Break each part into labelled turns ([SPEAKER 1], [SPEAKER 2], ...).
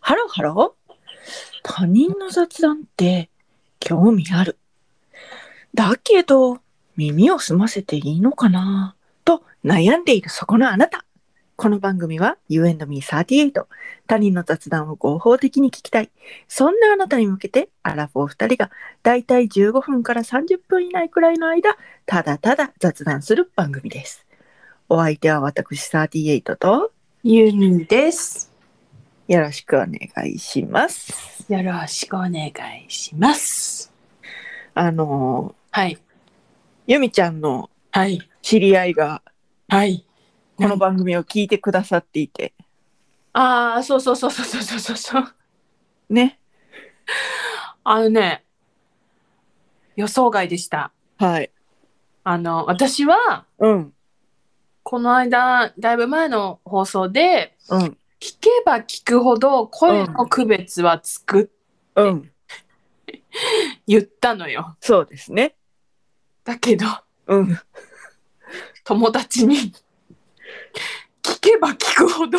[SPEAKER 1] ハローハロー。他人の雑談って興味ある。だけど、耳を澄ませていいのかなと悩んでいるそこのあなた。この番組は You and Me38。他人の雑談を合法的に聞きたい。そんなあなたに向けて、アラフォー2人がだいたい15分から30分以内くらいの間、ただただ雑談する番組です。お相手は私38と、
[SPEAKER 2] ユニです。
[SPEAKER 1] よろしくお願いします。
[SPEAKER 2] よろしくお願いします。
[SPEAKER 1] あの
[SPEAKER 2] はい。
[SPEAKER 1] ー、ゆみちゃんの
[SPEAKER 2] はい。
[SPEAKER 1] 知り合いが
[SPEAKER 2] はい。
[SPEAKER 1] この番組を聞いてくださっていて、
[SPEAKER 2] ああ、そうそうそうそうそうそうそう。
[SPEAKER 1] ね。
[SPEAKER 2] あのね、予想外でした。
[SPEAKER 1] はい。
[SPEAKER 2] あの、私は、
[SPEAKER 1] うん。
[SPEAKER 2] この間、だいぶ前の放送で、
[SPEAKER 1] うん。
[SPEAKER 2] 聞けば聞くほど声の区別はつく、
[SPEAKER 1] うん。
[SPEAKER 2] 言ったのよ。
[SPEAKER 1] そうですね。
[SPEAKER 2] だけど、
[SPEAKER 1] うん。
[SPEAKER 2] 友達に、聞けば聞くほど、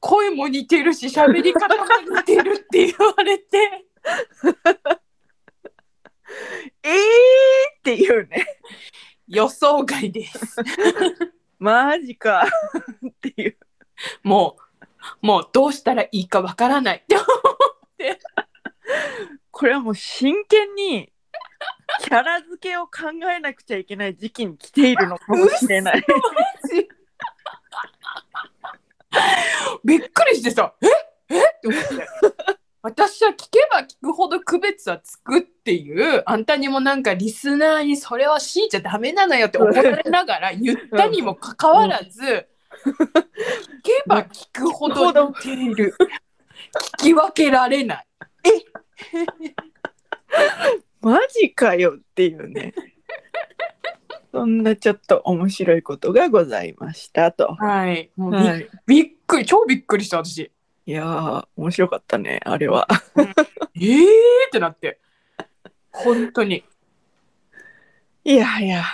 [SPEAKER 2] 声も似てるし、喋り方も似てるって言われて、
[SPEAKER 1] えーっていうね。
[SPEAKER 2] 予想外です。
[SPEAKER 1] マジか。っていう。
[SPEAKER 2] もう、もうどうしたらいいかわからない。
[SPEAKER 1] これはもう真剣にキャラ付けを考えなくちゃいけない時期に来ているのかもしれない。
[SPEAKER 2] びっくりしてさ、ええって思って。私は聞けば聞くほど区別はつくっていう、あんたにもなんかリスナーにそれは強いちゃダメなのよって怒られながら言ったにもかかわらず、聞けば聞くほど似ている。聞き分けられない。
[SPEAKER 1] マジかよっていう ね。そんなちょっと面白いことがございましたと。
[SPEAKER 2] はい。もうび,、
[SPEAKER 1] はい。
[SPEAKER 2] びっくり、超びっくりした私。
[SPEAKER 1] いやー、面白かったね、あれは。
[SPEAKER 2] ええーってなって。本当に。
[SPEAKER 1] いやいや。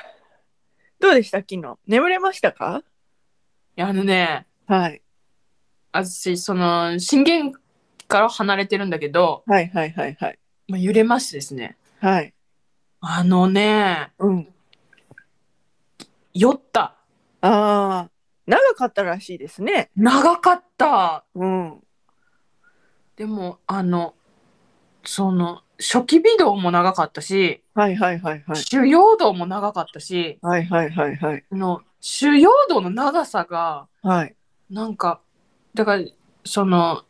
[SPEAKER 1] どうでした昨日。眠れましたか
[SPEAKER 2] いやあのね、
[SPEAKER 1] はい。
[SPEAKER 2] 私、その、震源から離れてるんだけど、
[SPEAKER 1] はいはいはいはい。
[SPEAKER 2] まあ、揺れましてですね。
[SPEAKER 1] はい。
[SPEAKER 2] あのね、
[SPEAKER 1] うん。
[SPEAKER 2] 酔った。
[SPEAKER 1] ああ、長かったらしいですね。
[SPEAKER 2] 長かった。
[SPEAKER 1] うん。
[SPEAKER 2] でも、あの、その、初期微動も長かったし、
[SPEAKER 1] はいはいはいはい。
[SPEAKER 2] 主要動も長かったし、
[SPEAKER 1] はいはいはいはい。
[SPEAKER 2] あの主要動の長さが、
[SPEAKER 1] はい。
[SPEAKER 2] なんか、だから、その、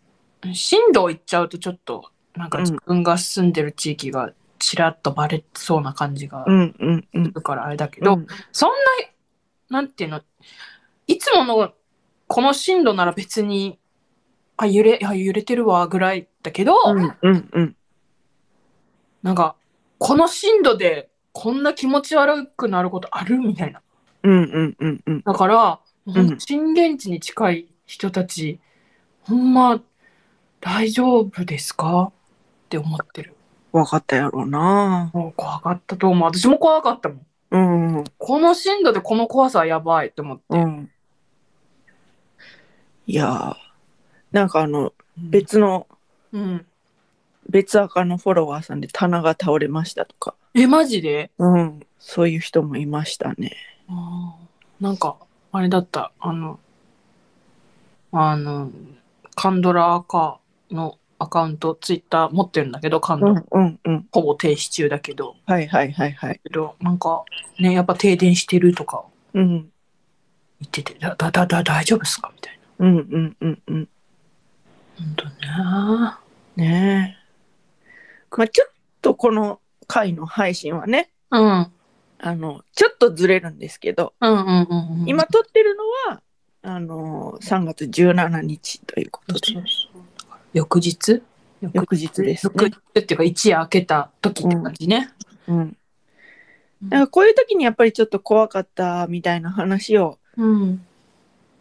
[SPEAKER 2] 震度行っちゃうとちょっと、なんか
[SPEAKER 1] うん
[SPEAKER 2] 自分が住んでる地域がちらっとバレそうな感じが
[SPEAKER 1] う
[SPEAKER 2] す
[SPEAKER 1] んうんうん。
[SPEAKER 2] るからあれだけど、
[SPEAKER 1] うん
[SPEAKER 2] そんな、なんていうの、いつものこの震度なら別に、あ、揺れ、あ、揺れてるわ、ぐらいだけど、
[SPEAKER 1] うんうんうん。
[SPEAKER 2] なんか、この震度でこんな気持ち悪くなることあるみたいな。
[SPEAKER 1] うんうんうんうん。
[SPEAKER 2] だから、
[SPEAKER 1] ん
[SPEAKER 2] 震源地に近い人たち、ほんま、大丈夫ですかって思ってる。
[SPEAKER 1] わかったやろうな。
[SPEAKER 2] もう怖かったと思う。私も怖かったもん。
[SPEAKER 1] うんうん
[SPEAKER 2] この震度でこの怖さはやばいって思って。
[SPEAKER 1] うん。いやー、なんかあの、別の、
[SPEAKER 2] うん。
[SPEAKER 1] 別アカのフォロワーさんで棚が倒れましたとか、
[SPEAKER 2] え、マジで
[SPEAKER 1] うん、そういう人もいましたね。
[SPEAKER 2] あーなんか、あれだった。あの、あの、カンドラアカのアカウント、ツイッター持ってるんだけど、カンドラ、
[SPEAKER 1] うんうん。
[SPEAKER 2] ほぼ停止中だけど、
[SPEAKER 1] はいはいはいはい。
[SPEAKER 2] けどなんか、ね、やっぱ停電してるとか
[SPEAKER 1] うん
[SPEAKER 2] 言ってて、だ、だ、だ、だ大丈夫ですかみたい
[SPEAKER 1] うんうんうんうん。
[SPEAKER 2] な。本当ね。
[SPEAKER 1] ねえ。まあちょっとこの回の配信はね、
[SPEAKER 2] うん。
[SPEAKER 1] あの、ちょっとずれるんですけど、
[SPEAKER 2] うんうんうんうん。
[SPEAKER 1] 今撮ってるのは、あの、3月17日というこ
[SPEAKER 2] そ
[SPEAKER 1] と
[SPEAKER 2] う
[SPEAKER 1] で
[SPEAKER 2] そ、うそう、翌日
[SPEAKER 1] 翌日です
[SPEAKER 2] 翌
[SPEAKER 1] ね
[SPEAKER 2] 日。っていうか、一夜明けた時って感じね。
[SPEAKER 1] うん。だからこういう時にやっぱりちょっと怖かったみたいな話を
[SPEAKER 2] うん。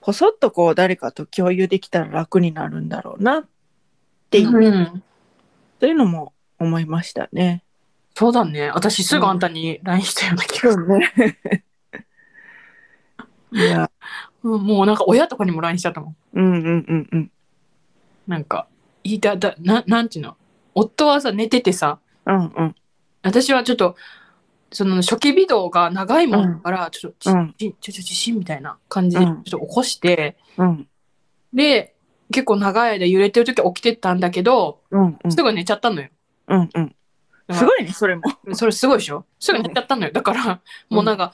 [SPEAKER 1] ポソッとこう誰かと共有できたら楽になるんだろうなっていう,、
[SPEAKER 2] うん
[SPEAKER 1] というのも思いましたね。
[SPEAKER 2] そうだね。私すぐあんたに LINE したような気がする。
[SPEAKER 1] ね。いや、
[SPEAKER 2] うんもうなんか親とかにも LINE しちゃったもん。
[SPEAKER 1] うんうんうんうん。
[SPEAKER 2] なんかいただななんていうの夫はさ寝ててさ
[SPEAKER 1] うんうん
[SPEAKER 2] 私はちょっとその初期微動が長いもんだから、ちょっと、
[SPEAKER 1] うん
[SPEAKER 2] ちちょちょちょしんみたいな感じで
[SPEAKER 1] う
[SPEAKER 2] ちょ
[SPEAKER 1] ん
[SPEAKER 2] っと起こして、
[SPEAKER 1] うん
[SPEAKER 2] で結構長い間揺れてる時は起きてたんだけど
[SPEAKER 1] うんうん
[SPEAKER 2] すぐ寝ちゃったのよ。
[SPEAKER 1] うんうん
[SPEAKER 2] だから
[SPEAKER 1] すごいねそれも
[SPEAKER 2] それすごいでしょすぐ寝ちゃったのよ。だから、もうなんか、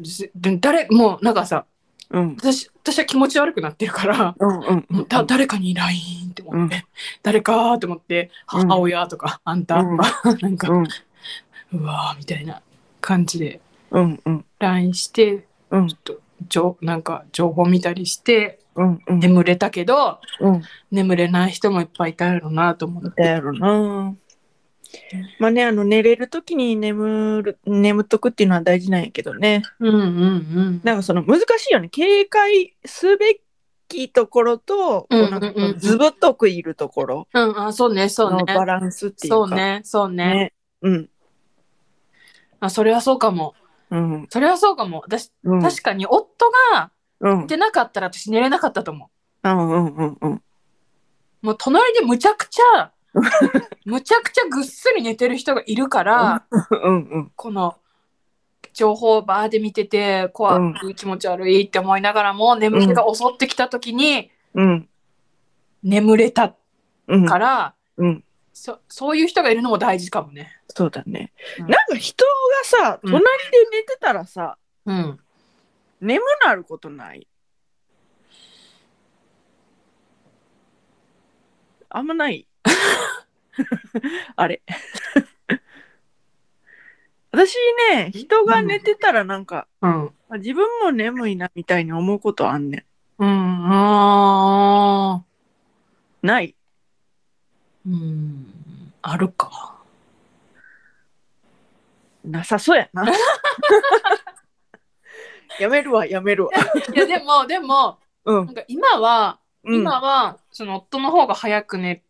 [SPEAKER 2] ずで誰、もうなんかさ、
[SPEAKER 1] うん
[SPEAKER 2] 私、私は気持ち悪くなってるから、
[SPEAKER 1] うんうん
[SPEAKER 2] もうだ誰かに LINE って思って、
[SPEAKER 1] う
[SPEAKER 2] 誰かーって思って、
[SPEAKER 1] うん
[SPEAKER 2] 母親とか、あんたとか、 なんか、
[SPEAKER 1] うん
[SPEAKER 2] うわーみたいな感じで
[SPEAKER 1] うんうん
[SPEAKER 2] LINE して、
[SPEAKER 1] うん
[SPEAKER 2] ちょっと、じょなんか情報見たりして、
[SPEAKER 1] うんうん
[SPEAKER 2] 眠れたけど、
[SPEAKER 1] うん
[SPEAKER 2] 眠れない人もいっぱいいたやろなと思って。
[SPEAKER 1] だやろなまあねあの寝れる時に眠る眠っとくっていうのは大事なんやけどね
[SPEAKER 2] うんうんうん。
[SPEAKER 1] なんかその難しいよね警戒すべきところと、
[SPEAKER 2] うん
[SPEAKER 1] こなんか
[SPEAKER 2] うんうん
[SPEAKER 1] ずぶっとくいるところ
[SPEAKER 2] うん、あ、そうね、そう
[SPEAKER 1] の
[SPEAKER 2] ね。
[SPEAKER 1] バランスっていうか
[SPEAKER 2] そうね、そうね。
[SPEAKER 1] ねうん
[SPEAKER 2] あ、それはそうかも。
[SPEAKER 1] うん
[SPEAKER 2] それはそうかも。私、
[SPEAKER 1] うん
[SPEAKER 2] 確かに夫が
[SPEAKER 1] うん
[SPEAKER 2] 出なかったら私寝れなかったと思
[SPEAKER 1] うんうんうんうん
[SPEAKER 2] う。もう隣でむちゃくちゃ、 むちゃくちゃぐっすり寝てる人がいるから、
[SPEAKER 1] うんうん
[SPEAKER 2] この情報をバーで見てて、怖
[SPEAKER 1] うん
[SPEAKER 2] く気持ち悪いって思いながらも、眠気が襲ってきた時に
[SPEAKER 1] うん
[SPEAKER 2] 眠れた
[SPEAKER 1] うん
[SPEAKER 2] から、
[SPEAKER 1] うん
[SPEAKER 2] そそういう人がいるのも大事かもね。
[SPEAKER 1] そうだね、
[SPEAKER 2] うん
[SPEAKER 1] なんか人がさ
[SPEAKER 2] うん
[SPEAKER 1] 隣で寝てたらさ、
[SPEAKER 2] うん。
[SPEAKER 1] 眠なることないあんまないあれ私ね人が寝てたらなんか、
[SPEAKER 2] うん。
[SPEAKER 1] あ自分も眠いなみたいに思うことあんね
[SPEAKER 2] うん。ああ。
[SPEAKER 1] んない
[SPEAKER 2] うん。あるか。
[SPEAKER 1] なさそうやな やめるわやめるわ
[SPEAKER 2] いや、でも、でも、
[SPEAKER 1] うん
[SPEAKER 2] なんか今は、
[SPEAKER 1] うん
[SPEAKER 2] 今はその夫の方が早く寝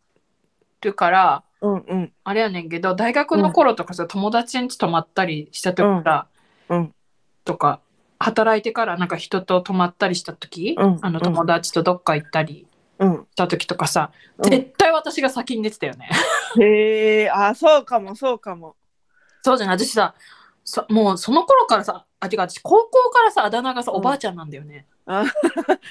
[SPEAKER 2] るから
[SPEAKER 1] うんうん
[SPEAKER 2] あれやねんけど大学の頃とかさ、友達ん家泊まったりした時から、
[SPEAKER 1] うんうん
[SPEAKER 2] とか働いてからなんか人と泊まったりした時、
[SPEAKER 1] うん
[SPEAKER 2] あの
[SPEAKER 1] うん
[SPEAKER 2] 友達とどっか行ったり
[SPEAKER 1] うん
[SPEAKER 2] した時とかさ、
[SPEAKER 1] うん
[SPEAKER 2] 絶対私が先に寝てたよ ね。
[SPEAKER 1] へえあそうかもそうかも
[SPEAKER 2] そうじゃない私さそもうその頃からさあてか私高校からさあだ名がさ
[SPEAKER 1] うん
[SPEAKER 2] おばあちゃんなんだよね。
[SPEAKER 1] あ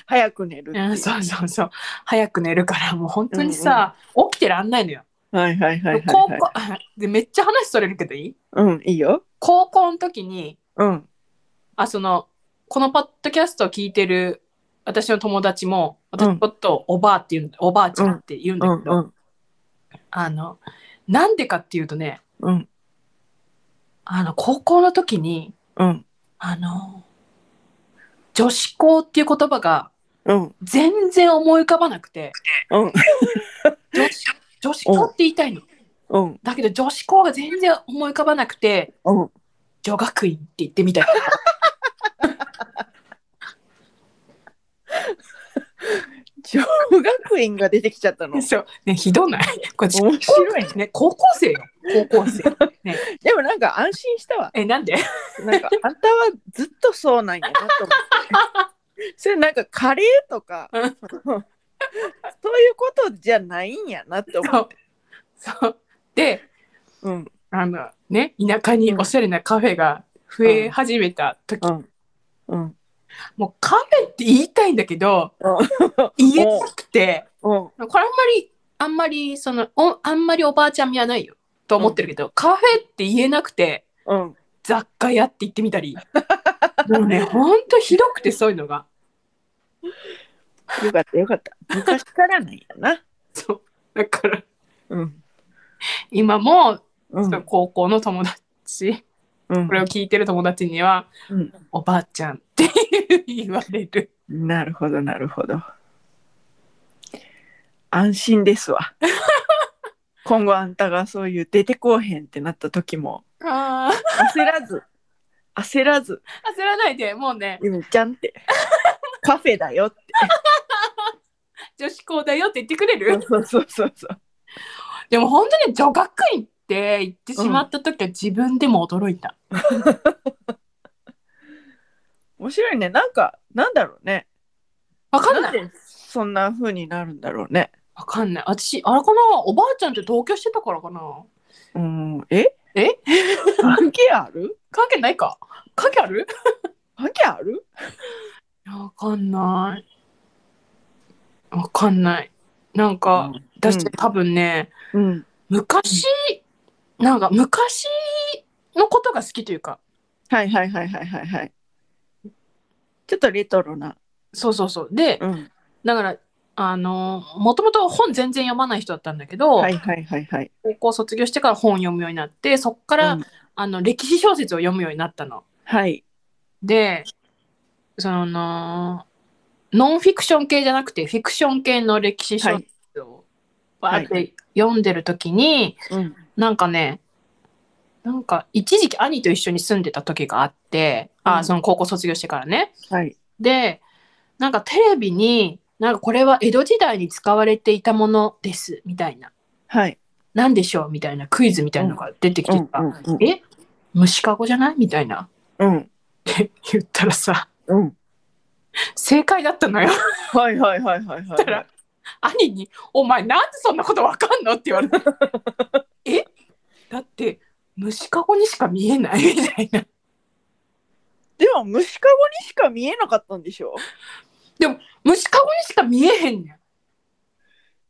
[SPEAKER 1] 早く寝るって
[SPEAKER 2] う、
[SPEAKER 1] いうん
[SPEAKER 2] そうそうそう早く寝るからもう本当にさ、起きてらんないのよ。
[SPEAKER 1] はいはいはいはい、はい。
[SPEAKER 2] 高校 でめっちゃ話それるけどいい
[SPEAKER 1] うん、いいよ。
[SPEAKER 2] 高校の時に
[SPEAKER 1] うん、
[SPEAKER 2] あそのこのポッドキャストを聞いてる私の友達も私のことをおばあって言うんだ、おばあちゃんって言うん
[SPEAKER 1] う
[SPEAKER 2] だ
[SPEAKER 1] ん、
[SPEAKER 2] けど、
[SPEAKER 1] うん、
[SPEAKER 2] あのなんでかっていうとね
[SPEAKER 1] うん、
[SPEAKER 2] あの高校の時に
[SPEAKER 1] うん、
[SPEAKER 2] あの女子校っていう言葉が
[SPEAKER 1] うん、
[SPEAKER 2] 全然思い浮かばなくて
[SPEAKER 1] うん、
[SPEAKER 2] 女子女子校って言いたいの
[SPEAKER 1] うん、
[SPEAKER 2] だけど女子校が全然思い浮かばなくて
[SPEAKER 1] うん。
[SPEAKER 2] 女学院って言ってみたい。
[SPEAKER 1] 女学院が出てきちゃ ったの。
[SPEAKER 2] そう。ね、ひどない。これ、
[SPEAKER 1] 面白いね。
[SPEAKER 2] ね、高校生よ。高校生。ね、
[SPEAKER 1] でもなんか安心したわ。
[SPEAKER 2] え、なんで
[SPEAKER 1] なんかあんたはずっとそうなんやなと思って。それなんかカレーとか、
[SPEAKER 2] う
[SPEAKER 1] そ
[SPEAKER 2] ん
[SPEAKER 1] ういうことじゃないんやなって思。
[SPEAKER 2] そうう。そう。で、
[SPEAKER 1] うん、
[SPEAKER 2] あの、ね、田舎におしゃれなカフェが増え始めた時、
[SPEAKER 1] うん、うん、
[SPEAKER 2] もうカフェって言いたいんだけど、言えなくて、
[SPEAKER 1] うん、
[SPEAKER 2] これあんまり、あんまり、その、おあんまりおばあちゃん味はないよ。と思ってるけど、カフェって言えなくて、
[SPEAKER 1] うん。
[SPEAKER 2] 雑貨屋って言ってみた り。もうね、ほんとひどくて、そういうのが。
[SPEAKER 1] よかったよかった。昔からなんやな。
[SPEAKER 2] そう。だから、
[SPEAKER 1] うん、
[SPEAKER 2] 今も、
[SPEAKER 1] うん
[SPEAKER 2] その、高校の友達、
[SPEAKER 1] うん
[SPEAKER 2] これを聞いてる友達には、
[SPEAKER 1] うん。
[SPEAKER 2] おばあちゃんって言われる。
[SPEAKER 1] なるほどなるほど。安心です わ。今後あんたがそういう出てこうへんってなった時も
[SPEAKER 2] ああ、
[SPEAKER 1] 焦らず焦らず
[SPEAKER 2] 焦らないで、もうね、
[SPEAKER 1] ゆみちゃん ってカフェだよって
[SPEAKER 2] 女子校だよって言ってくれ
[SPEAKER 1] そう
[SPEAKER 2] る。
[SPEAKER 1] そうそうそうそう
[SPEAKER 2] でも本当に女学院って言ってしまった時は自分でも驚いた。
[SPEAKER 1] 面白いねなんかなんだろうね
[SPEAKER 2] わかん
[SPEAKER 1] な
[SPEAKER 2] なんい。
[SPEAKER 1] でそんな風になるんだろうね
[SPEAKER 2] わかんない。私、あれかなおばあちゃんと同居してたからかな
[SPEAKER 1] うん、え
[SPEAKER 2] え
[SPEAKER 1] 関係ある
[SPEAKER 2] 関係ないか関係ある
[SPEAKER 1] 関係ある
[SPEAKER 2] いやわかんない。わかんない。なんか、私、
[SPEAKER 1] うん
[SPEAKER 2] 多分ね、
[SPEAKER 1] うん。
[SPEAKER 2] 昔、なんか昔のことが好きというか、
[SPEAKER 1] はいはいはいはいはいはい。ちょっとレトロな。
[SPEAKER 2] そうそうそう。で、
[SPEAKER 1] うん。
[SPEAKER 2] だから、あの、もともと本全然読まない人だったんだけど、
[SPEAKER 1] はいはいはいはい。
[SPEAKER 2] 高校卒業してから本読むようになって、そっから、
[SPEAKER 1] うん
[SPEAKER 2] あの歴史小説を読むようになったの。
[SPEAKER 1] はい。
[SPEAKER 2] で、その、ノンフィクション系じゃなくて、フィクション系の歴史小説をバ
[SPEAKER 1] は
[SPEAKER 2] ー
[SPEAKER 1] い
[SPEAKER 2] って読んでる時に、
[SPEAKER 1] うん。
[SPEAKER 2] なんかね、なんか一時期兄と一緒に住んでた時があって、あ
[SPEAKER 1] う
[SPEAKER 2] ー
[SPEAKER 1] ん
[SPEAKER 2] その高校卒業してからね。
[SPEAKER 1] はい。
[SPEAKER 2] で、なんかテレビに、なんかこれは江戸時代に使われていたものです、みたいな。
[SPEAKER 1] はい。
[SPEAKER 2] なんでしょうみたいなクイズみたいなのが出てきてさ、
[SPEAKER 1] うんうん
[SPEAKER 2] え虫かごじゃないみたいな。
[SPEAKER 1] うん。
[SPEAKER 2] って言ったらさ、
[SPEAKER 1] うん。
[SPEAKER 2] 正解だったのよ。
[SPEAKER 1] はいはいはいはいは
[SPEAKER 2] だから
[SPEAKER 1] い。
[SPEAKER 2] 兄に「お前なんでそんなことわかんの?」って言わ れて「えだって虫かごにしか見えない」みたいな。
[SPEAKER 1] でも虫かごにしか見えなかったんでしょ
[SPEAKER 2] 虫かごにしか見えへんねん。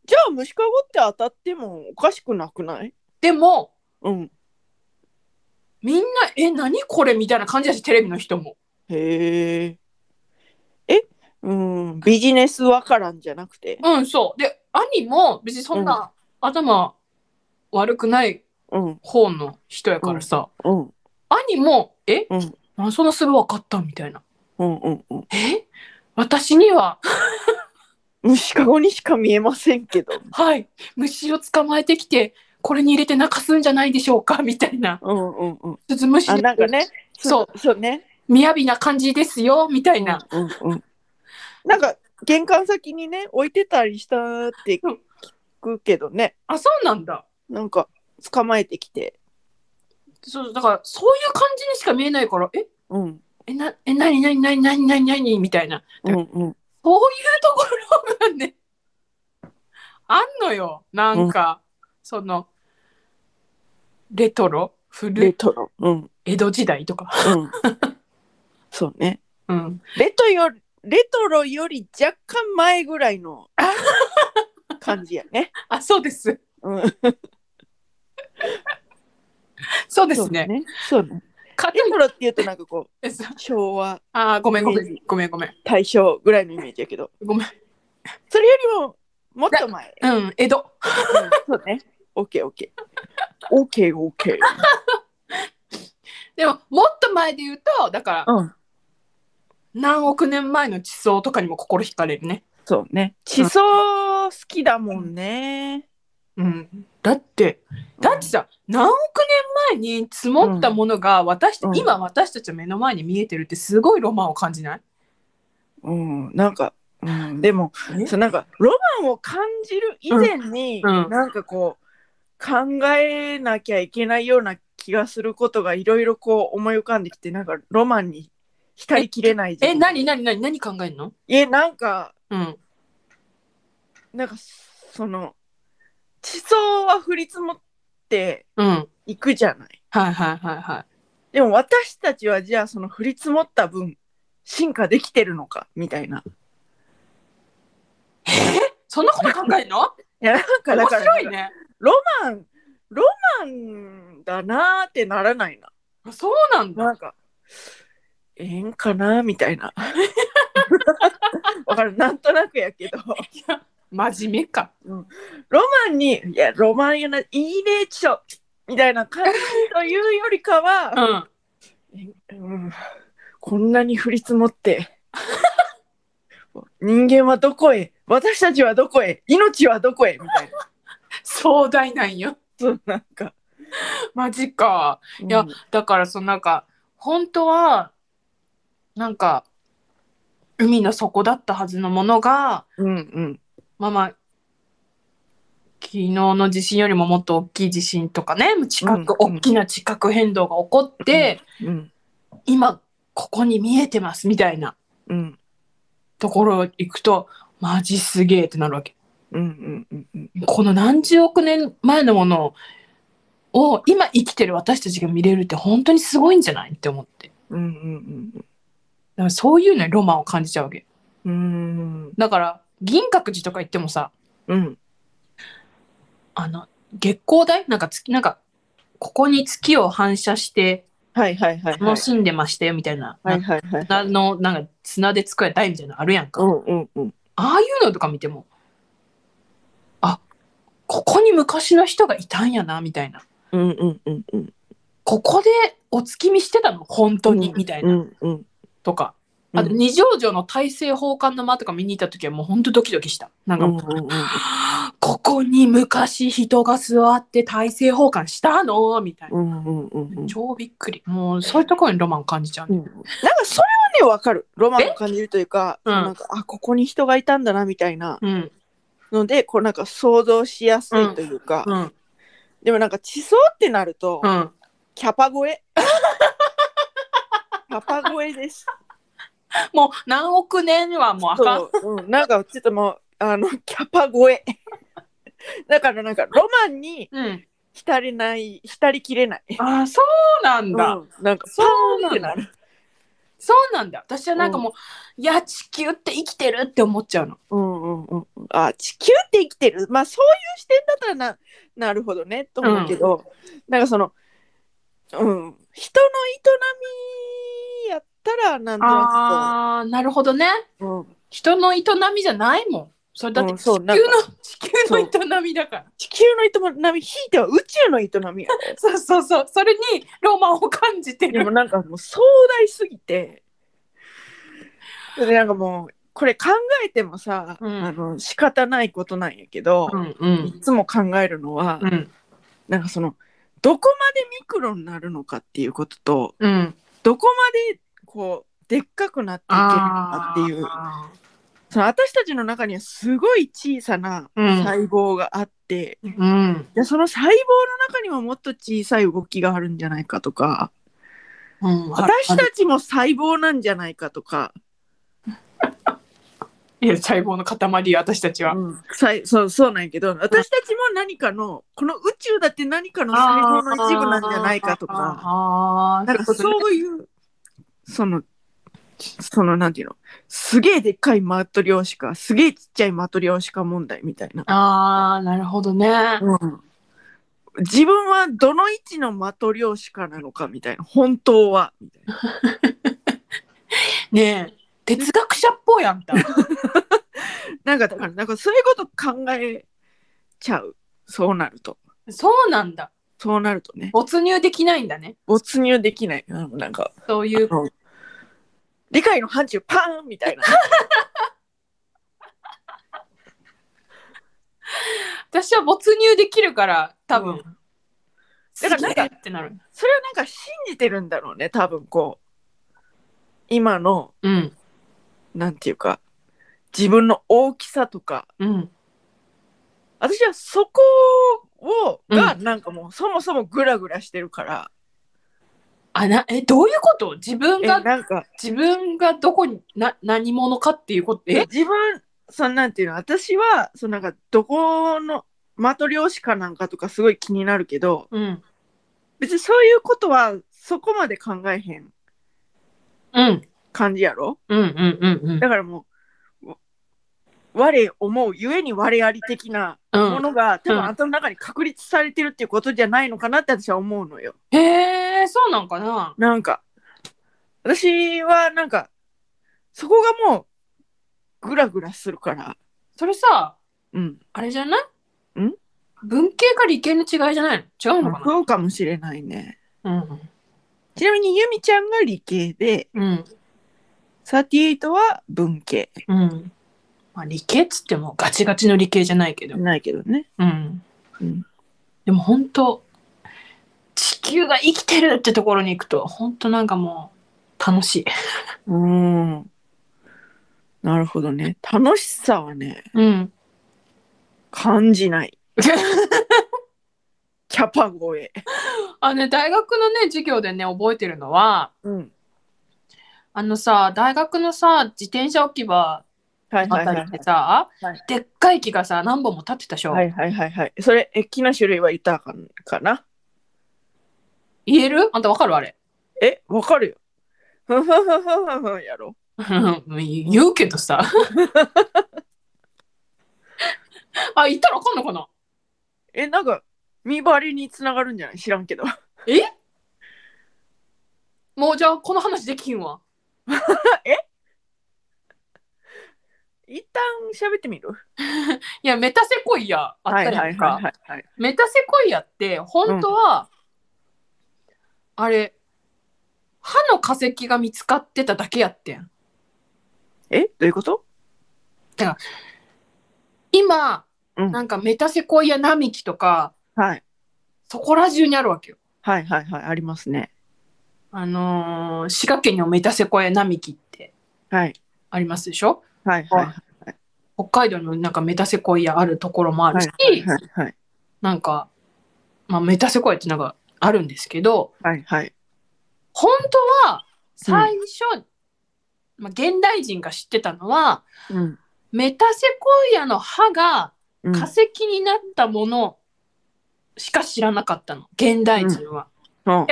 [SPEAKER 1] じゃあ虫かごって当たってもおかしくなくない
[SPEAKER 2] でも
[SPEAKER 1] うん。
[SPEAKER 2] みんな「え何これ?」みたいな感じだしテレビの人も。
[SPEAKER 1] へえ。えうん。ビジネスわからんじゃなくて。
[SPEAKER 2] うんそう。で兄も別にそんな頭悪くない
[SPEAKER 1] うん。
[SPEAKER 2] 方の人やからさ、
[SPEAKER 1] うん。
[SPEAKER 2] 兄も「え、
[SPEAKER 1] うん
[SPEAKER 2] なんそんなすぐ分かった?」みたいな。
[SPEAKER 1] うんうんうん。
[SPEAKER 2] え私には
[SPEAKER 1] 虫かごにしか見えませんけど。
[SPEAKER 2] はい、虫を捕まえてきて、これに入れて泣かすんじゃないでしょうかみたいな。
[SPEAKER 1] うんうんうん。
[SPEAKER 2] スズムシ
[SPEAKER 1] あ、なんかね。。
[SPEAKER 2] そう
[SPEAKER 1] そうね。
[SPEAKER 2] 雅な感じですよ、みたいな。
[SPEAKER 1] うんうん。なんか玄関先にね置いてたりしたって聞くけどね。
[SPEAKER 2] あ、そうなんだ。
[SPEAKER 1] なんか捕まえてきて。
[SPEAKER 2] そう、だから、そういう感じにしか見えないから、え、
[SPEAKER 1] うん。
[SPEAKER 2] え、な、え、なになになになになになにみたいな。
[SPEAKER 1] うんうん。
[SPEAKER 2] そういうところがね、あんのよ。なんか、その、レトロ、古
[SPEAKER 1] レ
[SPEAKER 2] い
[SPEAKER 1] トロ。 うん
[SPEAKER 2] 江戸時代とか。
[SPEAKER 1] うん。そうね。
[SPEAKER 2] うん。
[SPEAKER 1] レトよレトロより若干前ぐらいの感じやね。
[SPEAKER 2] あ、そうです。
[SPEAKER 1] うん。
[SPEAKER 2] そうで
[SPEAKER 1] そ
[SPEAKER 2] す
[SPEAKER 1] う
[SPEAKER 2] ね。
[SPEAKER 1] ね。そうね。
[SPEAKER 2] かと
[SPEAKER 1] レ
[SPEAKER 2] い
[SPEAKER 1] トロっていうとなんかこう
[SPEAKER 2] ってさ
[SPEAKER 1] 昭和
[SPEAKER 2] あー、ごめんごめん。ごめんごめん。
[SPEAKER 1] 大正ぐらいのイメージやけど。
[SPEAKER 2] ごめん。
[SPEAKER 1] それよりももっと前。
[SPEAKER 2] うん、江戸。
[SPEAKER 1] うんそうね。オッケーオッケー。オッケーオッケー。
[SPEAKER 2] でも、もっと前で言うと、だから、
[SPEAKER 1] うん。
[SPEAKER 2] 何億年前の地層とかにも心惹かれるね。
[SPEAKER 1] そうね。地層好きだもんね。
[SPEAKER 2] うん。だって、だってさ、何億年前に積もったものが私た、
[SPEAKER 1] うん
[SPEAKER 2] 今私たちの目の前に見えてるってすごいロマンを感じない
[SPEAKER 1] うん、なんか、うん、でも
[SPEAKER 2] え
[SPEAKER 1] そうなんかロマンを感じる以前に、
[SPEAKER 2] うんうん
[SPEAKER 1] なんかこう考えなきゃいけないような気がすることがいろいろこう思い浮かんできてなんかロマンに浸りきれない
[SPEAKER 2] え、
[SPEAKER 1] な
[SPEAKER 2] 何、何、何、何考えんの
[SPEAKER 1] えなんか
[SPEAKER 2] うん。
[SPEAKER 1] なんかその地層は降り積もって
[SPEAKER 2] うん。はい
[SPEAKER 1] いくじゃない。
[SPEAKER 2] はいはいはい。
[SPEAKER 1] でも私たちはじゃあその降り積もった分進化できてるのかみたいな。
[SPEAKER 2] そんなこと考えんの
[SPEAKER 1] いやなんかだ
[SPEAKER 2] 面
[SPEAKER 1] から
[SPEAKER 2] 白いね。
[SPEAKER 1] ロマンロマンだなーってならないな。
[SPEAKER 2] あそうなんだ。
[SPEAKER 1] なんかええんかなみたいな。わかるなんとなくやけどロ
[SPEAKER 2] 真面目か。
[SPEAKER 1] マンにいやロマンやないいねちょみたいな感じというよりか
[SPEAKER 2] う
[SPEAKER 1] は、
[SPEAKER 2] ん。
[SPEAKER 1] うんこんなに降り積もって。 人間はどこへ私たちはどこへ命はどこへみたいな。
[SPEAKER 2] 壮大なんよ。
[SPEAKER 1] そうなんか。
[SPEAKER 2] マジか。いや
[SPEAKER 1] うん、
[SPEAKER 2] だからそのなんか本当はなんか海の底だったはずのものが
[SPEAKER 1] うんうん。
[SPEAKER 2] まあまあ昨日の地震よりももっと大きい地震とかね地殻、
[SPEAKER 1] うん
[SPEAKER 2] 大きな地殻変動が起こって、
[SPEAKER 1] うん
[SPEAKER 2] 今ここに見えてますみたいな
[SPEAKER 1] うん。
[SPEAKER 2] ところ行くとマジすげえってなるわけ。
[SPEAKER 1] うんうんうん
[SPEAKER 2] この何十億年前のものを今生きてる私たちが見れるって本当にすごいんじゃないって思って。
[SPEAKER 1] うんうんうん
[SPEAKER 2] だからそういうのにロマンを感じちゃうわけ。
[SPEAKER 1] うんうん
[SPEAKER 2] だから銀閣寺とか行ってもさ、
[SPEAKER 1] うん
[SPEAKER 2] あの月光台なんか月なんかここに月を反射して
[SPEAKER 1] はいはいはいはい
[SPEAKER 2] 楽しんでましたよみたいな、
[SPEAKER 1] はいはいはい
[SPEAKER 2] 砂のなんか砂で作られた台みたいなのあるやんか、
[SPEAKER 1] うんうんうん
[SPEAKER 2] ああいうのとか見てもあここに昔の人がいたんやなみたいな
[SPEAKER 1] うんうんうんうん
[SPEAKER 2] ここでお月見してたの本当に、
[SPEAKER 1] うん
[SPEAKER 2] みたいうな、
[SPEAKER 1] んうん
[SPEAKER 2] とかあと二条城の大政奉還の間とか見に行った時はもう本当ドキドキしたなんか、
[SPEAKER 1] うんうん
[SPEAKER 2] ここに昔人が座って大政奉還したのみたいな。
[SPEAKER 1] うんうんうんうん
[SPEAKER 2] 超びっくり。もうそういうところにロマン感じちゃう、
[SPEAKER 1] う
[SPEAKER 2] ね。
[SPEAKER 1] んなんかそれはねわかるロマンを感じるというか、
[SPEAKER 2] うん
[SPEAKER 1] なんかあここに人がいたんだなみたいな
[SPEAKER 2] うん。
[SPEAKER 1] のでこうなんか想像しやすいというか、
[SPEAKER 2] うん。
[SPEAKER 1] でもなんか地層ってなると、
[SPEAKER 2] うん。
[SPEAKER 1] キャパ超え キャパ超えです
[SPEAKER 2] もう何億年はもうあかん。
[SPEAKER 1] そう、うん、なんかちょっともうあのキャパ超え だからなんかロマンに
[SPEAKER 2] うん。
[SPEAKER 1] 浸れない浸りきれない、
[SPEAKER 2] ああ、そうなんだ。
[SPEAKER 1] うんなんかパ
[SPEAKER 2] そう
[SPEAKER 1] ーン
[SPEAKER 2] な
[SPEAKER 1] っ
[SPEAKER 2] ん
[SPEAKER 1] て
[SPEAKER 2] だ
[SPEAKER 1] なる。
[SPEAKER 2] そうなんだ。私はなんかもう、いや、地球って生きてるって思っちゃうの。
[SPEAKER 1] うんうんうんあ地球って生きてるまあそういう視点だったらななるほどねと思うけど、なんかそのうん人の営みやったらなんとな
[SPEAKER 2] ああ、なるほどね。
[SPEAKER 1] くこう、うん、
[SPEAKER 2] 人の営みじゃないもん。それだって
[SPEAKER 1] うん
[SPEAKER 2] 地球
[SPEAKER 1] そう
[SPEAKER 2] の、
[SPEAKER 1] なんか
[SPEAKER 2] 地球の営みだから。
[SPEAKER 1] 地球の営みひいては宇宙の営みやで
[SPEAKER 2] そうそうそう。それにロマンを感じて
[SPEAKER 1] で
[SPEAKER 2] る。
[SPEAKER 1] もなんかもう壮大すぎてでなんかもうこれ考えてもさ、
[SPEAKER 2] うん
[SPEAKER 1] あの仕方ないことなんやけど、
[SPEAKER 2] うんうん。
[SPEAKER 1] いつも考えるのは、
[SPEAKER 2] うん。
[SPEAKER 1] なんかそのどこまでミクロになるのかっていうことと
[SPEAKER 2] うん。
[SPEAKER 1] どこまでこうでっかくなっていけるのか
[SPEAKER 2] あ
[SPEAKER 1] って
[SPEAKER 2] あ。
[SPEAKER 1] いうその私たちの中にはすごい小さな
[SPEAKER 2] うん
[SPEAKER 1] 細胞があって、
[SPEAKER 2] いう。うん。
[SPEAKER 1] でその細胞の中にももっと小さい動きがあるんじゃないかとか
[SPEAKER 2] うん、
[SPEAKER 1] 私たちも細胞なんじゃないかとか、
[SPEAKER 2] いや細胞の塊よ私たちは、
[SPEAKER 1] うんさいそうそうなんやけど私たちも何かのこの宇宙だって何かの細胞の一部なんじゃないかとか。
[SPEAKER 2] あーあー
[SPEAKER 1] なんかそういう、その、そのなんていうの、すげえでっかいマトリョーシカ、すげえちっちゃいマトリョーシカ問題みたいな。
[SPEAKER 2] あーなるほどね、
[SPEAKER 1] 自分はどの位置のマトリョーシカなのかみたいな、本当は。みたいな
[SPEAKER 2] ねえ哲学者っぽいあんた
[SPEAKER 1] なんかだから、なんかそういうこと考えちゃう。そうなると。
[SPEAKER 2] そうなんだ
[SPEAKER 1] そうなるとね、
[SPEAKER 2] 没入できないんだね
[SPEAKER 1] 没入できない。あのなんか、
[SPEAKER 2] そういう
[SPEAKER 1] あの理解の範疇パーンみたいな。
[SPEAKER 2] 私は没入できるから多分、
[SPEAKER 1] うん
[SPEAKER 2] だからなん
[SPEAKER 1] すげ
[SPEAKER 2] かってなる
[SPEAKER 1] それはなんか信じてるんだろうね、多分こう。今の
[SPEAKER 2] うん
[SPEAKER 1] なんていうか自分の大きさとか
[SPEAKER 2] うん
[SPEAKER 1] 私はそこを
[SPEAKER 2] うん
[SPEAKER 1] がなんかもうそもそもグラグラしてるから、
[SPEAKER 2] あなえどういうこと自分
[SPEAKER 1] え
[SPEAKER 2] が
[SPEAKER 1] なんか
[SPEAKER 2] 自分がどこにな何者かっていうことえ
[SPEAKER 1] 自分そのなんていうの私はそのなんかどこのマトリョーシカなんかとかすごい気になるけど
[SPEAKER 2] うん
[SPEAKER 1] 別にそういうことはそこまで考えへん
[SPEAKER 2] うん
[SPEAKER 1] 感じやろ
[SPEAKER 2] うんうんうん
[SPEAKER 1] だからもうわ我思うゆえに我あり的な
[SPEAKER 2] うんう
[SPEAKER 1] も
[SPEAKER 2] ん
[SPEAKER 1] のが、多分
[SPEAKER 2] うん
[SPEAKER 1] 頭の中に確立されてるっていうことじゃないのかなって私は思うのよ。
[SPEAKER 2] へえそうなんかな
[SPEAKER 1] なんか、私はなんか、そこがもう、グラグラするから、
[SPEAKER 2] それさ
[SPEAKER 1] うん。
[SPEAKER 2] あれじゃない
[SPEAKER 1] ん
[SPEAKER 2] 文系か理系の違いじゃないの違うのか
[SPEAKER 1] そうかもしれないね。
[SPEAKER 2] な
[SPEAKER 1] ちなみに、ゆみちゃんが理系で、
[SPEAKER 2] うん。うん。
[SPEAKER 1] 38は文系。
[SPEAKER 2] うん。まあ理系っつってもガチガチの理系じゃないけど。
[SPEAKER 1] ないけどね。
[SPEAKER 2] うん。
[SPEAKER 1] うん。
[SPEAKER 2] でも本当地球が生きてるってところに行くと、本当なんかもう楽しい。
[SPEAKER 1] うーん。なるほどね。楽しさはね、
[SPEAKER 2] うん。
[SPEAKER 1] 感じ ない。キャパ超え。
[SPEAKER 2] あね、大学のね、授業でね、覚えてるのは、
[SPEAKER 1] うん。
[SPEAKER 2] あのさ、大学のさ、自転車置き場
[SPEAKER 1] はい
[SPEAKER 2] あ
[SPEAKER 1] はい
[SPEAKER 2] た
[SPEAKER 1] は
[SPEAKER 2] り
[SPEAKER 1] い
[SPEAKER 2] ってさ、
[SPEAKER 1] はい
[SPEAKER 2] でっかい木がさ何本も立ってたでしょ、
[SPEAKER 1] はいはいはいはいそれえ木の種類は豊かかな
[SPEAKER 2] 言えるあんたわかるあれ
[SPEAKER 1] えわかるよふんふんふんふんふんふんやろ
[SPEAKER 2] 言うけ どさあ言ったらわかんのかな
[SPEAKER 1] えなんか見張りにつながるんじゃない知らんけど
[SPEAKER 2] もうじゃあこの話できひんわ
[SPEAKER 1] 一旦喋ってみる
[SPEAKER 2] いやメタセコイアあったり
[SPEAKER 1] は
[SPEAKER 2] と
[SPEAKER 1] い
[SPEAKER 2] か、
[SPEAKER 1] はいはいはい
[SPEAKER 2] メタセコイアって本当は、あれ歯の化石が見つかってただけやってん
[SPEAKER 1] えどういうこと
[SPEAKER 2] 今、
[SPEAKER 1] うん
[SPEAKER 2] なんかメタセコイア並木とか
[SPEAKER 1] はい
[SPEAKER 2] そこら中にあるわけよ
[SPEAKER 1] はいはいはいありますね
[SPEAKER 2] あのー滋賀県にもメタセコイア並木って
[SPEAKER 1] はい
[SPEAKER 2] ありますでしょ
[SPEAKER 1] はいはいは
[SPEAKER 2] 北海道のなんかメタセコイアあるところもあるし、
[SPEAKER 1] いはいはい
[SPEAKER 2] なんか、まあ、メタセコイアってなんかあるんですけど
[SPEAKER 1] はいはい
[SPEAKER 2] 本当は最初、まあ、現代人が知ってたのは
[SPEAKER 1] うん
[SPEAKER 2] メタセコイアの歯が
[SPEAKER 1] うん
[SPEAKER 2] 化石になったものしか知らなかったの現代人は。
[SPEAKER 1] うん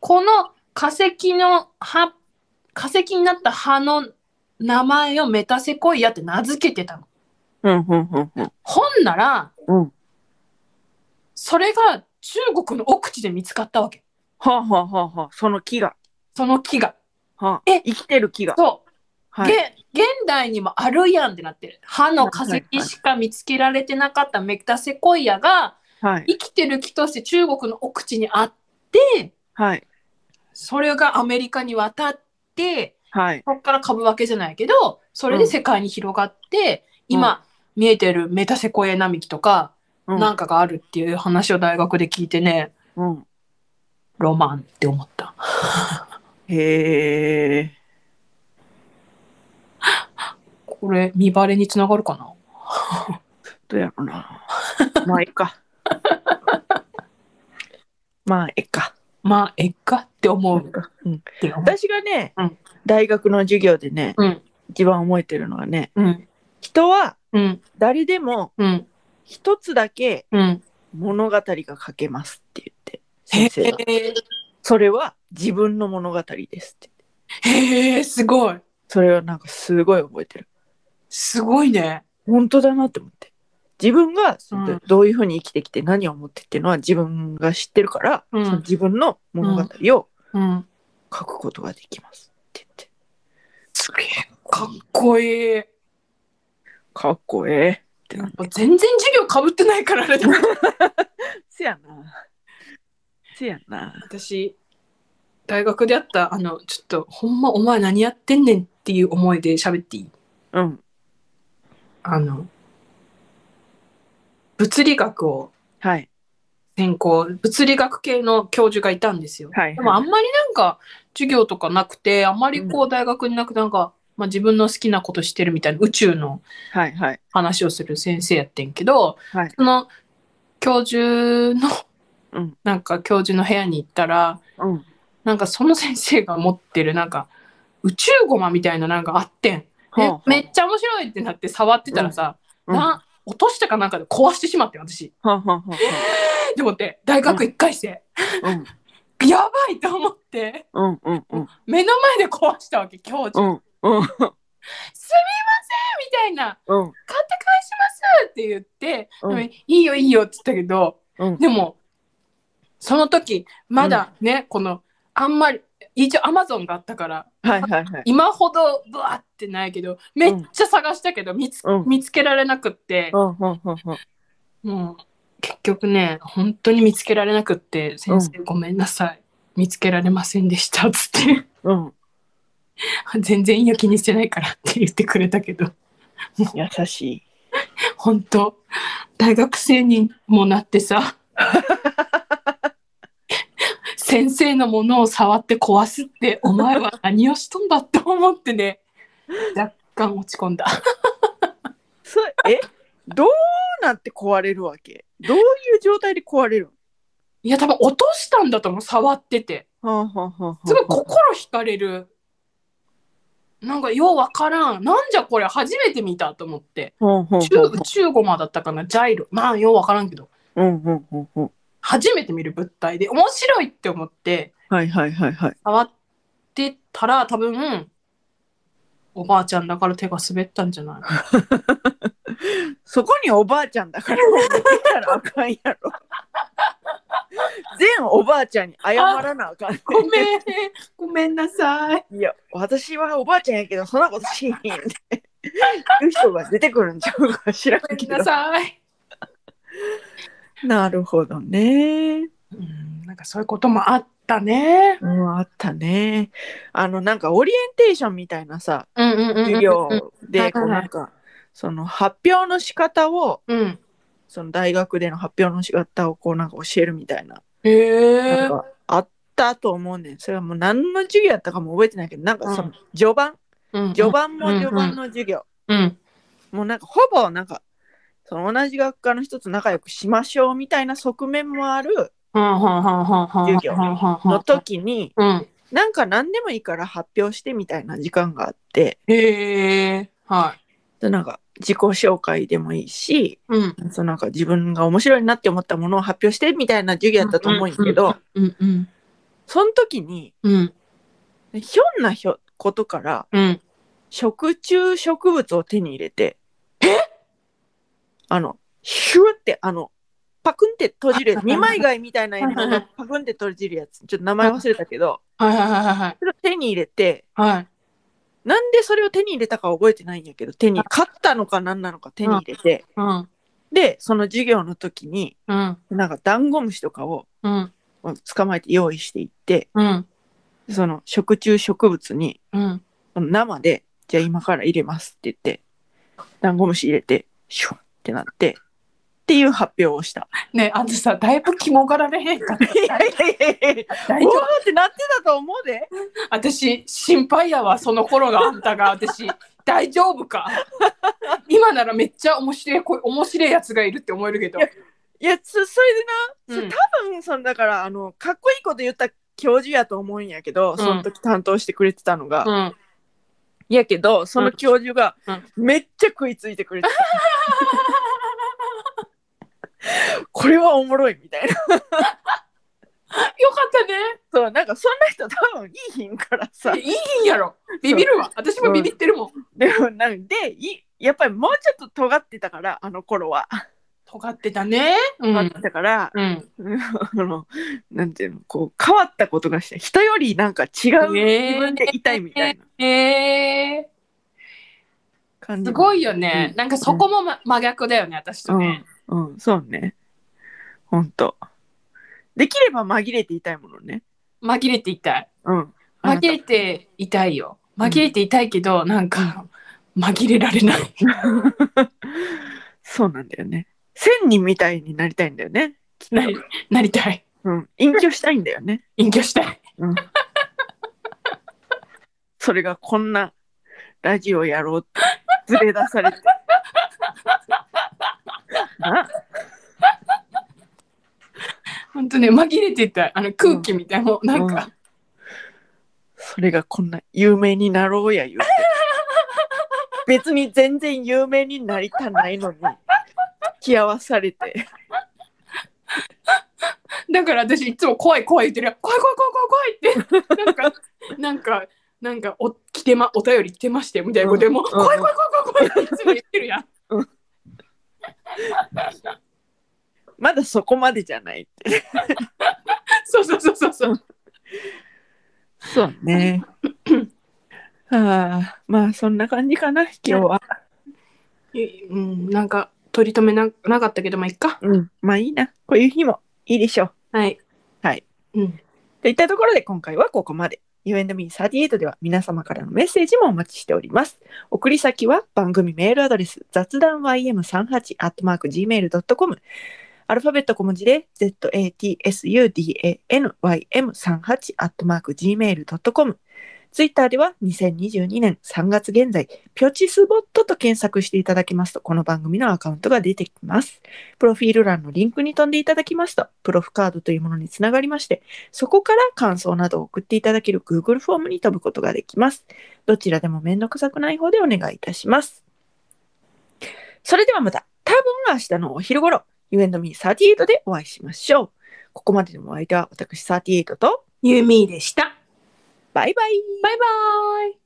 [SPEAKER 2] この化石の葉化石になった葉の名前をメタセコイアって名付けてたの。
[SPEAKER 1] うんうんうんうん
[SPEAKER 2] ほんなら、
[SPEAKER 1] うん
[SPEAKER 2] それが中国の奥地で見つかったわけ。
[SPEAKER 1] はあはあはあはあその木が
[SPEAKER 2] その木が。
[SPEAKER 1] はあ
[SPEAKER 2] え
[SPEAKER 1] 生きてる木が
[SPEAKER 2] そう。
[SPEAKER 1] はい
[SPEAKER 2] げ現代にもあるやんってなってる。歯の化石しか見つけられてなかったメタセコイアが
[SPEAKER 1] はい
[SPEAKER 2] 生きてる木として中国の奥地にあって、
[SPEAKER 1] はい
[SPEAKER 2] それがアメリカに渡って、
[SPEAKER 1] はい
[SPEAKER 2] そこから株分けじゃないけどそれで世界に広がって、
[SPEAKER 1] うん
[SPEAKER 2] 今見えてるメタセコイア並木とか、
[SPEAKER 1] うん
[SPEAKER 2] なんかがあるっていう話を大学で聞いてね
[SPEAKER 1] うん
[SPEAKER 2] ロマンって思った
[SPEAKER 1] へえ
[SPEAKER 2] これ見バレにつながるかな
[SPEAKER 1] どうやろうなまあいい かまあいいか
[SPEAKER 2] まあえっかって思う
[SPEAKER 1] うん
[SPEAKER 2] って思う
[SPEAKER 1] 私がね、
[SPEAKER 2] うん
[SPEAKER 1] 大学の授業でね
[SPEAKER 2] うん
[SPEAKER 1] 一番覚えてるのはね
[SPEAKER 2] うん
[SPEAKER 1] 人は
[SPEAKER 2] うん
[SPEAKER 1] 誰でも
[SPEAKER 2] うん
[SPEAKER 1] 一つだけ
[SPEAKER 2] うん
[SPEAKER 1] 物語が書けますって言って
[SPEAKER 2] へ
[SPEAKER 1] 先生が
[SPEAKER 2] え
[SPEAKER 1] それは自分の物語ですって
[SPEAKER 2] へえすごい
[SPEAKER 1] それはなんかすごい覚えてる
[SPEAKER 2] すごいね
[SPEAKER 1] 本当だなって思って自分がその
[SPEAKER 2] うん
[SPEAKER 1] どういうふうに生きてきて何を思ってっていうのは自分が知ってるから、
[SPEAKER 2] うん
[SPEAKER 1] その自分の物語を
[SPEAKER 2] うん
[SPEAKER 1] 書くことができますって言って
[SPEAKER 2] すげえかっこいい
[SPEAKER 1] かっこええって
[SPEAKER 2] や
[SPEAKER 1] な
[SPEAKER 2] っぱ全然授業かぶってないからあれだ
[SPEAKER 1] せやなせやな
[SPEAKER 2] 私大学であったあのちょっとほんまお前何やってんねんっていう思いで喋っていい
[SPEAKER 1] うん
[SPEAKER 2] あの物理学を
[SPEAKER 1] はい
[SPEAKER 2] 専攻物理学系の教授がいたんですよ、
[SPEAKER 1] はいはい
[SPEAKER 2] でもあんまりなんか授業とかなくてあんまりこう大学になくてなんか、まあ、自分の好きなことしてるみたいな宇宙の
[SPEAKER 1] はいはい
[SPEAKER 2] 話をする先生やってんけど、
[SPEAKER 1] はい
[SPEAKER 2] その教授の
[SPEAKER 1] うん
[SPEAKER 2] なんか教授の部屋に行ったら
[SPEAKER 1] うん
[SPEAKER 2] なんかその先生が持ってるなんか宇宙ゴマみたいななんかあってん。で
[SPEAKER 1] はあ
[SPEAKER 2] めっちゃ面白いってなって触ってたらさ、
[SPEAKER 1] うんは
[SPEAKER 2] な落としたかなんかで壊してしまって私。
[SPEAKER 1] あはあはあ
[SPEAKER 2] えーって思って大学1回生、
[SPEAKER 1] うん
[SPEAKER 2] やばいと思って
[SPEAKER 1] うんうんうん
[SPEAKER 2] 目の前で壊したわけ教授、
[SPEAKER 1] うんうん
[SPEAKER 2] すみませんみたいな
[SPEAKER 1] うん
[SPEAKER 2] 買って返しますって言って、
[SPEAKER 1] うん
[SPEAKER 2] でもいいよいいよって言ったけど
[SPEAKER 1] うん
[SPEAKER 2] でもその時まだね、このあんまり一応アマゾンがあったから
[SPEAKER 1] はいはいはい
[SPEAKER 2] 今ほどブワってないけどめっちゃ探したけど見つ,、
[SPEAKER 1] うん
[SPEAKER 2] 見つけられなくって
[SPEAKER 1] う、んうんうんうん
[SPEAKER 2] もう結局ね本当に見つけられなくって「先生ごめんなさい見つけられませんでした」っつって
[SPEAKER 1] うん
[SPEAKER 2] 「全然いいよ気にしてないから」って言ってくれたけど
[SPEAKER 1] 優しい
[SPEAKER 2] 本当大学生にもなっ てさ先生のものを触って壊すってお前は何をしとんだって思ってね若干落ち込んだ。
[SPEAKER 1] そえどうなって壊れるわけどういう状態で壊れる
[SPEAKER 2] いや多分落としたんだと思う触ってて
[SPEAKER 1] はあはあはあはあ
[SPEAKER 2] すごい心惹かれるなんかようわからんなんじゃこれ初めて見たと思って
[SPEAKER 1] ほうほうほう
[SPEAKER 2] 中中ゴマだったかなジャイロまあようわからんけど
[SPEAKER 1] うんうんうんうん。
[SPEAKER 2] 初めて見る物体で面白いって思って
[SPEAKER 1] はいはいはいはい。
[SPEAKER 2] 触ってたら多分おばあちゃんだから手が滑ったんじゃ ない
[SPEAKER 1] そこにおばあちゃんだから、見たらあかんやろ。全おばあちゃんに謝らなあかん、ね。
[SPEAKER 2] ごめん、ごめんなさい。
[SPEAKER 1] いや、私はおばあちゃんやけど、そんなことしへんって。いう人が出てくるんちゃうか知らん
[SPEAKER 2] ごめ
[SPEAKER 1] け
[SPEAKER 2] ん
[SPEAKER 1] ど
[SPEAKER 2] な。さい。
[SPEAKER 1] なるほどね。
[SPEAKER 2] うん、なんかそういうこともあったね。
[SPEAKER 1] うん、あったね。あの、なんかオリエンテーションみたいなさ、
[SPEAKER 2] うんうんうん。
[SPEAKER 1] 授業で、こ
[SPEAKER 2] は
[SPEAKER 1] う
[SPEAKER 2] いはい
[SPEAKER 1] なんか、その発表の仕方を、
[SPEAKER 2] うん。
[SPEAKER 1] その大学での発表の仕方をこうなんか教えるみたいな、
[SPEAKER 2] へ
[SPEAKER 1] な
[SPEAKER 2] え
[SPEAKER 1] ん。かあったと思うねん。それはもう何の授業やったかも覚えてないけど、なんかその序盤、
[SPEAKER 2] うん
[SPEAKER 1] 序。盤も序盤の授業。
[SPEAKER 2] うん。
[SPEAKER 1] もうなんかほぼなんかその同じ学科の人と仲良くしましょうみたいな側面もある
[SPEAKER 2] はんはんはんはんはん。
[SPEAKER 1] 授業
[SPEAKER 2] はんはんはん
[SPEAKER 1] の。時に
[SPEAKER 2] うん。
[SPEAKER 1] なんか何でもいいから発表してみたいな時間があって
[SPEAKER 2] へえ。はい。
[SPEAKER 1] でなんか自己紹介でもいいし
[SPEAKER 2] うん。
[SPEAKER 1] そのなんか自分が面白いなって思ったものを発表してみたいな授業やったと思うんやけど、
[SPEAKER 2] うんうん。
[SPEAKER 1] その時に
[SPEAKER 2] うん。
[SPEAKER 1] ひょんなひょことから
[SPEAKER 2] うん。
[SPEAKER 1] 食虫植物を手に入れてあのシューってあのパクンって閉じるやつ
[SPEAKER 2] あはい
[SPEAKER 1] 二
[SPEAKER 2] はい
[SPEAKER 1] 枚貝みたいなやつ
[SPEAKER 2] はいはいはい
[SPEAKER 1] パクンって閉じるやつちょっと名前忘れたけど
[SPEAKER 2] はいはいはいはい。
[SPEAKER 1] それを手に入れて
[SPEAKER 2] はい。
[SPEAKER 1] なんでそれを手に入れたか覚えてないんやけど手に買ったのか何なのか手に入れて
[SPEAKER 2] うん。
[SPEAKER 1] でその授業の時に
[SPEAKER 2] うん。
[SPEAKER 1] なんかダンゴムシとかを
[SPEAKER 2] うん。
[SPEAKER 1] 捕まえて用意していって
[SPEAKER 2] うん。
[SPEAKER 1] その食虫植物に
[SPEAKER 2] うん。
[SPEAKER 1] その生で、じゃあ今から入れますって言って、ダンゴムシ入れて、シュンってなって、っていう発表を した。
[SPEAKER 2] ねあんたさ、だいぶ肝がられへんかった。
[SPEAKER 1] いやいやいやいや、
[SPEAKER 2] 大
[SPEAKER 1] お
[SPEAKER 2] 丈
[SPEAKER 1] ー
[SPEAKER 2] 夫
[SPEAKER 1] ってなってたと思うで。
[SPEAKER 2] 私心配やわその頃のあんたが私大丈夫か今ならめっちゃ面白いこ面白いやつがいるって思えるけど
[SPEAKER 1] いやいや、そそれでな、
[SPEAKER 2] うん
[SPEAKER 1] そ多分そのだからあの、かっこいいこと言った教授やと思うんやけど、その時担当してくれてたのが。
[SPEAKER 2] うん
[SPEAKER 1] やけど、その教授が
[SPEAKER 2] うん
[SPEAKER 1] めっちゃ食いついてくれ てた。これはおもろいみたいな。
[SPEAKER 2] よかったね
[SPEAKER 1] そう、なんかそんな人多分いいひんからさ。
[SPEAKER 2] いいんやろビビるわ私もビビってるもん
[SPEAKER 1] でもなんでいやっぱりもうちょっと尖ってたからあの頃は
[SPEAKER 2] 尖ってたねう
[SPEAKER 1] 尖っ
[SPEAKER 2] ん
[SPEAKER 1] てたから、
[SPEAKER 2] うん、
[SPEAKER 1] あのなんていうのこう変わったことがして人よりなんか違う
[SPEAKER 2] ねえ
[SPEAKER 1] 自分でいたいみたいな
[SPEAKER 2] え
[SPEAKER 1] 感
[SPEAKER 2] ー、
[SPEAKER 1] じ、
[SPEAKER 2] すごいよね、なんかそこも、ま、真逆だよね私とね、
[SPEAKER 1] うん、うん、そうねほんとできれば紛れていたいものね
[SPEAKER 2] 紛れていたい
[SPEAKER 1] うんあな
[SPEAKER 2] 紛
[SPEAKER 1] た
[SPEAKER 2] れていたいよ紛れていたいけど、なんか紛れられ ない
[SPEAKER 1] そうなんだよね千人みたいになりたいんだよねきっと
[SPEAKER 2] なりなりたい
[SPEAKER 1] うん隠居したいんだよね
[SPEAKER 2] 隠居したい
[SPEAKER 1] うんそれがこんなラジオやろうって連れ出されて。 な
[SPEAKER 2] 本当ね紛れてたあの空気みたいもうなん
[SPEAKER 1] う
[SPEAKER 2] か、
[SPEAKER 1] それがこんな有名になろうや言うて。別に全然有名になりたないのに付き合わされて。
[SPEAKER 2] だから私いつも怖い怖い言ってるよ怖い怖い怖い怖い 怖いってなんかなんかなんかお来てまお便り来てましてみたいなことでも、う
[SPEAKER 1] うん
[SPEAKER 2] 怖い怖い 怖い怖い怖いっていつも言ってるやん
[SPEAKER 1] まだそこまでじゃないって。
[SPEAKER 2] そうそうそうそうそう
[SPEAKER 1] そうね。はあ、まあそんな感じかな今日は。
[SPEAKER 2] いうんなんか取り留めななかったけどまあいっか
[SPEAKER 1] うん、まあいいな。こういう日もいいでしょう。
[SPEAKER 2] はい
[SPEAKER 1] はい
[SPEAKER 2] うん
[SPEAKER 1] といったところで今回はここまで。You and me38 では皆様からのメッセージもお待ちしております。送り先は番組メールアドレス雑談 ym38-gmail.com アルファベット小文字で zatsudanym38-gmail.com ツイッターでは2022年3月現在、ピョチスボットと検索していただきますと、この番組のアカウントが出てきます。プロフィール欄のリンクに飛んでいただきますと、プロフカードというものにつながりまして、そこから感想などを送っていただける Google フォームに飛ぶことができます。どちらでも面倒くさくない方でお願いいたします。それではまた、多分明日のお昼頃、You and me38 でお会いしましょう。ここまでのお相手は私38と、
[SPEAKER 2] ユミでした。
[SPEAKER 1] バイバイ
[SPEAKER 2] バイバイ。